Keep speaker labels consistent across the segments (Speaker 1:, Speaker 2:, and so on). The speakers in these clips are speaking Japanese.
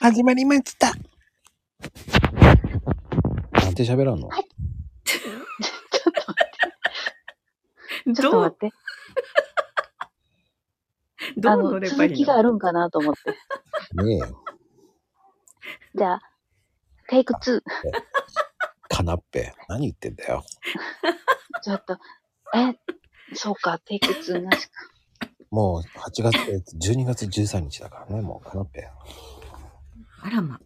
Speaker 1: 始まりました。
Speaker 2: なんて喋らんの
Speaker 3: ちょっと待って。あ
Speaker 4: どう乗
Speaker 3: の、
Speaker 4: ればい
Speaker 3: 続
Speaker 4: い
Speaker 3: きがあ
Speaker 4: の
Speaker 3: るんかなと思って。
Speaker 2: ねえよ。
Speaker 3: じゃあ、テイク2。
Speaker 2: カナッペ。何言ってんだよ。
Speaker 3: ちょっと、え、そうか、テイク2なしか。
Speaker 2: もう8月、12月13日だからね、もうカナッペ。
Speaker 4: あらま。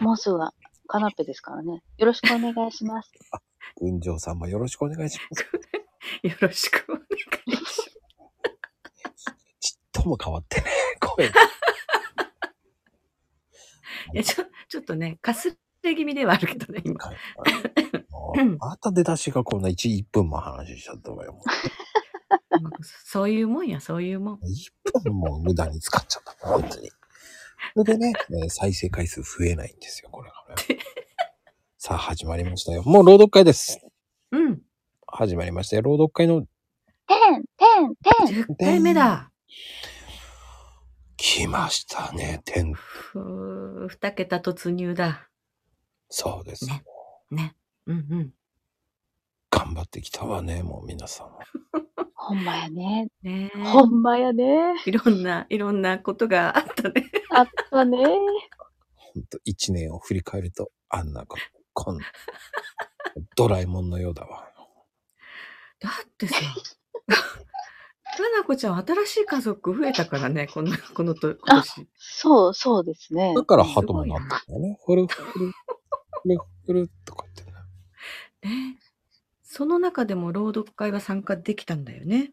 Speaker 3: もうすぐは、カナッペですからね。よろしくお願いします。
Speaker 2: 群青さんもよろしくお願いします。
Speaker 4: よろしくお願いします。
Speaker 2: ちっとも変わってね、声。
Speaker 4: いや、ちょ、ちょっとね、かすれ気味ではあるけどね、 今。
Speaker 2: もうまた出だしがこんな1、1分も話しちゃったわよ。
Speaker 4: もうそういうもんや、そういうもん。
Speaker 2: 1分も無駄に使っちゃった。本当に。それでね、ね再生回数増えないんですよ、これがね。さあ、始まりましたよ。もう朗読会です。
Speaker 4: うん。
Speaker 2: 始まりましたよ。朗読会の
Speaker 3: テン、テン、テン。
Speaker 4: 10回目だ。
Speaker 2: 来ましたね、天。
Speaker 4: ふう二桁突入だ。
Speaker 2: そうです。
Speaker 4: ねね。うんうん。
Speaker 2: 頑張ってきたわね、もう皆さん。
Speaker 3: ほんまやね。
Speaker 4: ねえ
Speaker 3: ほんまやね。
Speaker 4: いろんな、いろんなことがあったね。
Speaker 3: あったね。
Speaker 2: ほんと、一年を振り返ると、あんなこと、こんな。ドラえもんのようだわ。
Speaker 4: だってさ、 かなこちゃん、新しい家族増えたからね、この、このと、今年。
Speaker 3: そう、そうですね
Speaker 2: だ。から鳩もなったんだよね。ふるふる、ふるふるとか言ってね。
Speaker 4: えその中でも朗読会は参加できたんだよね。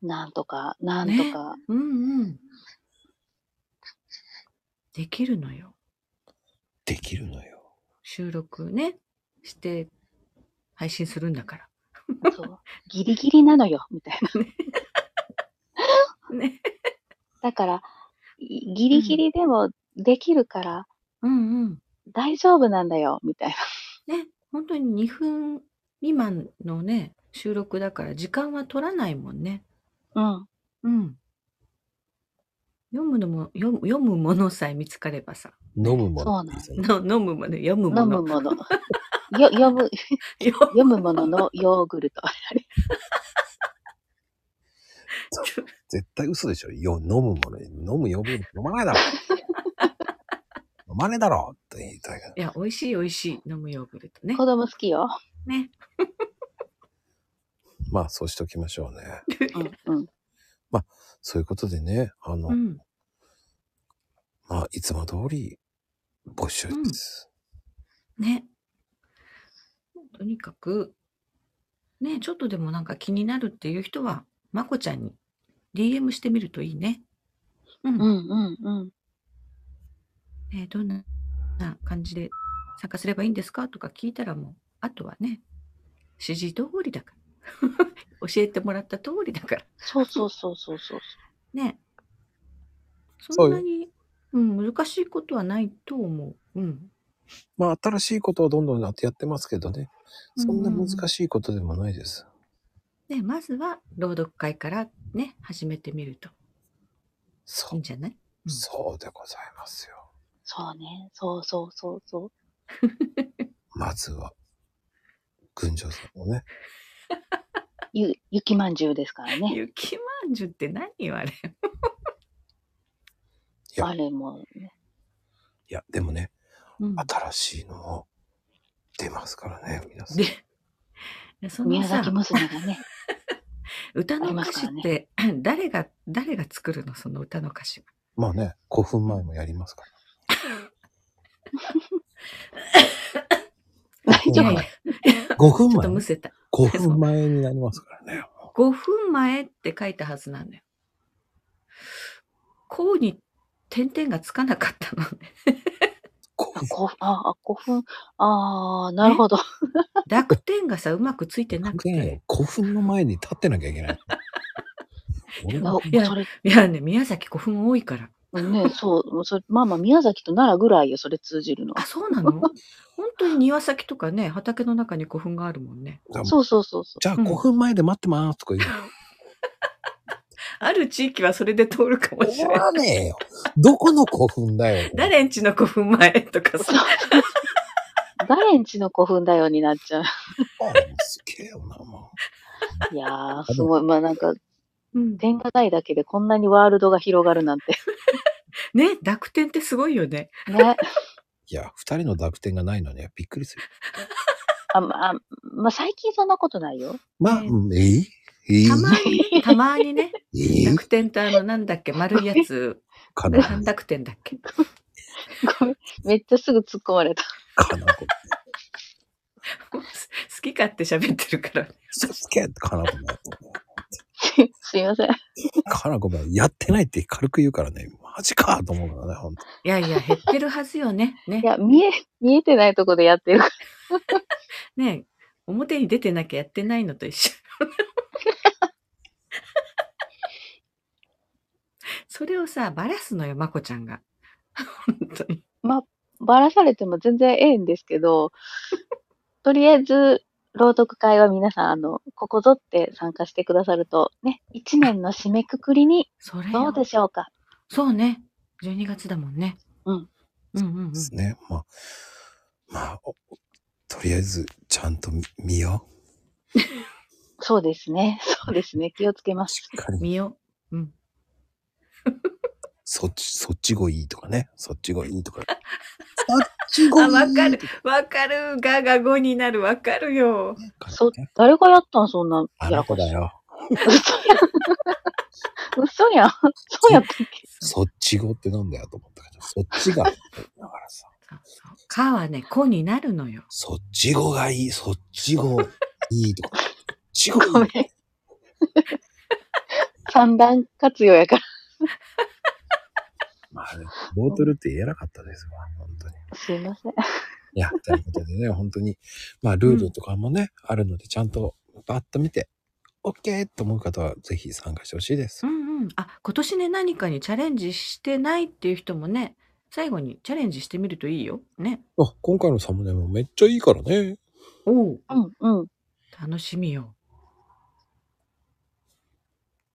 Speaker 3: なんとか、なんとか。
Speaker 4: うんうん。できるのよ。
Speaker 2: できるのよ。
Speaker 4: 収録ね、して、配信するんだか
Speaker 3: そう。ギリギリなのよ、みたいな。
Speaker 4: ら。ね。
Speaker 3: だから、いギリギリでもできるから
Speaker 4: うんうん。
Speaker 3: 大丈夫なんだよ、みたいな。
Speaker 4: ね、本当に2分未満のね、収録だから時間は取らないもんね。
Speaker 3: うん。
Speaker 4: うん。読むのも、読む読むものさえ見つかればさ。
Speaker 2: 飲むも
Speaker 3: そうな
Speaker 2: の
Speaker 3: ん
Speaker 2: ですね。
Speaker 4: の飲むもの、読むも
Speaker 3: 飲
Speaker 4: の。
Speaker 3: むも の。 よ読む、
Speaker 4: 読
Speaker 3: 読むもののヨーグルト。
Speaker 2: 絶対嘘でしょ。よ飲むもの、飲む呼ぶ、飲まないだろ。飲まねえだろって言いたいけど
Speaker 4: いや、美味しい美味しい。飲むヨーグルトね
Speaker 3: 子。供好きよ。
Speaker 4: ね。
Speaker 2: まあ、そうしときましょうね。
Speaker 3: うんうん。
Speaker 2: そういうことでね、あの、
Speaker 4: うん。
Speaker 2: まあ、いつも通り募集です。
Speaker 4: ね。とにかく、ね、ちょっとでもなんか気になるっていう人は、まこちゃんに DM してみるといいね。うん。
Speaker 3: うんうんうん。
Speaker 4: えーどんなな感じで参加すればいいんですかとか聞いたらもう、あとはね、指示通りだから。 教えてもらった通りだから。
Speaker 3: そうそうそうそうそう。
Speaker 4: ね。
Speaker 2: そ
Speaker 4: そ
Speaker 2: うんよ
Speaker 4: なに、うん、難しいことはないと思う。うん。
Speaker 2: まあ、新しいことはどんどんやってますけどね。そんな難
Speaker 4: うん
Speaker 2: しいことでもないです。
Speaker 4: ね、まずは朗読会からね、始めてみるとい
Speaker 2: そ
Speaker 4: い、
Speaker 2: うん
Speaker 4: じゃないうん
Speaker 2: そうでございますよ。
Speaker 3: そうね。そうそうそうそう。
Speaker 2: まずは、群青さんのね、
Speaker 3: ゆ、雪まんじゅうですからね。
Speaker 4: 雪まんじゅうって何よあれ。
Speaker 2: いや
Speaker 3: あれも、ね、
Speaker 2: いや、でもね、
Speaker 4: うん
Speaker 2: 新しいのも出ますからね、皆さん。
Speaker 4: で、いやその
Speaker 3: 宮
Speaker 4: さ
Speaker 3: 崎、娘 がね。
Speaker 4: 歌の
Speaker 3: ありま
Speaker 4: 歌
Speaker 3: す
Speaker 4: 詞
Speaker 3: か
Speaker 4: っ
Speaker 3: らね
Speaker 4: て、誰が、誰が作るのその歌の歌詞は。
Speaker 2: まあね、5分前もやりますから。
Speaker 3: 大丈
Speaker 2: いやい
Speaker 3: 夫
Speaker 2: や5分
Speaker 4: ちょっとむ
Speaker 2: 前
Speaker 4: せた。
Speaker 2: ?5 分前になりますから ね。
Speaker 4: 5分前って書いたはずなんだよ。こうに点々がつかなかったの ね。
Speaker 2: 5分
Speaker 3: 古墳、ああ、古墳、ああ、なるほど。
Speaker 4: 濁点がさ、うまくついてなくて。
Speaker 2: ね古墳の前に立ってなきゃいけ ない。俺
Speaker 3: な
Speaker 2: は
Speaker 3: それ、
Speaker 4: いやね、宮崎古墳多 いから。
Speaker 3: ね、そう、もうそれ、まあまあ、宮崎と奈良ぐらいよ、それ通じるの
Speaker 4: あ、。そうなの本当に庭先とかね、畑の中に古墳があるもんね。
Speaker 2: じゃあ
Speaker 3: そうそうそうそう。
Speaker 2: じゃあ
Speaker 4: うん
Speaker 2: 5分前で待ってますとか言う。
Speaker 4: ある地域はそれで通るかもし
Speaker 2: 思
Speaker 4: れない。
Speaker 2: わねえよ。どこの古墳だよ。
Speaker 4: 誰んちの古墳前とかさ。
Speaker 3: 誰んちの古墳だよになっちゃう。
Speaker 2: あすげえよな、も
Speaker 3: いやー、すごい。まあなんか、
Speaker 4: うん
Speaker 3: 電話台だけでこんなにワールドが広がるなんて。
Speaker 4: ね、濁点ってすごいよね。
Speaker 3: ね。
Speaker 2: う。いや、二人の濁点がないのにはびっくりする。
Speaker 3: あ、まあ、まあ最近そんなことないよ。
Speaker 2: まあ、
Speaker 4: ね
Speaker 2: うんえいえい
Speaker 4: たまに、たまにね、
Speaker 2: えい
Speaker 4: 濁点ってあの、なんだっけ、丸いや つ、
Speaker 2: かな
Speaker 4: 何濁点だっけ。
Speaker 3: ごめん。めっちゃすぐ突っ込まれた。
Speaker 2: かなこ。
Speaker 4: 好き勝手喋ってるから。
Speaker 2: すげえかなこだと思
Speaker 3: すすい ません。
Speaker 2: う。かなこがやってないって軽く言うからね、マジかと思うからね、ほんと。
Speaker 4: いやいや、減ってるはずよね。ね
Speaker 3: い。や、見え、見えてないとこでやってるか
Speaker 4: ね表に出てなきゃやってないのと 一緒。それをさ、ばらすのよ、まこちゃんが。本当に。
Speaker 3: ら、ばらされても全然ええんですけ ど、とりあえず、朗読会は皆さん、あの、ここぞって参加してくださると、ね、一年の締めくくり に、
Speaker 4: それ
Speaker 3: どう
Speaker 4: よ
Speaker 3: でしょうか。
Speaker 4: そうね。12月だもんね。
Speaker 3: うん。
Speaker 4: うんうんうん
Speaker 2: で。すね。まあ、まあ、おとりあえず、ちゃんと見見よう。
Speaker 3: そうですね。そうですね。気をつけます。
Speaker 2: しっかり
Speaker 4: 見よう。うん。
Speaker 2: そっち、そっちごいいとかね。そっちごいいとか。 そっちごい
Speaker 4: あ、
Speaker 2: い。
Speaker 4: わかる。わかる。がが5になる。わかるよ。
Speaker 3: そ、誰がやったんそんな。
Speaker 2: あの
Speaker 3: やらか
Speaker 2: 子
Speaker 3: し
Speaker 2: だ。よ。
Speaker 3: 嘘やん。嘘やん。そうやったっけ
Speaker 2: そっち語ってなんだよと思ったけど、そっちが。だから さ、
Speaker 4: そうそうかはね、子になるのよ。
Speaker 2: そっち語がいい、そっち語いいとか。そっち語
Speaker 3: ごめん。 三段活用やから。
Speaker 2: まあね、ボートルって言えなかったですわ、本当に。
Speaker 3: すいません。
Speaker 2: いや、ということでね、本当に、まあ、ルールとかもね、あるので、ちゃんとバッと見て、OK! と思う方は、ぜひ参加してほしいです
Speaker 4: う。んうん。あ、今年ね、何かにチャレンジしてないっていう人もね、最後にチャレンジしてみるといいよ。ね。
Speaker 2: あ、今回のサムネもめっちゃいいからね。
Speaker 4: おお。
Speaker 3: うんうん。
Speaker 4: 楽しみよ。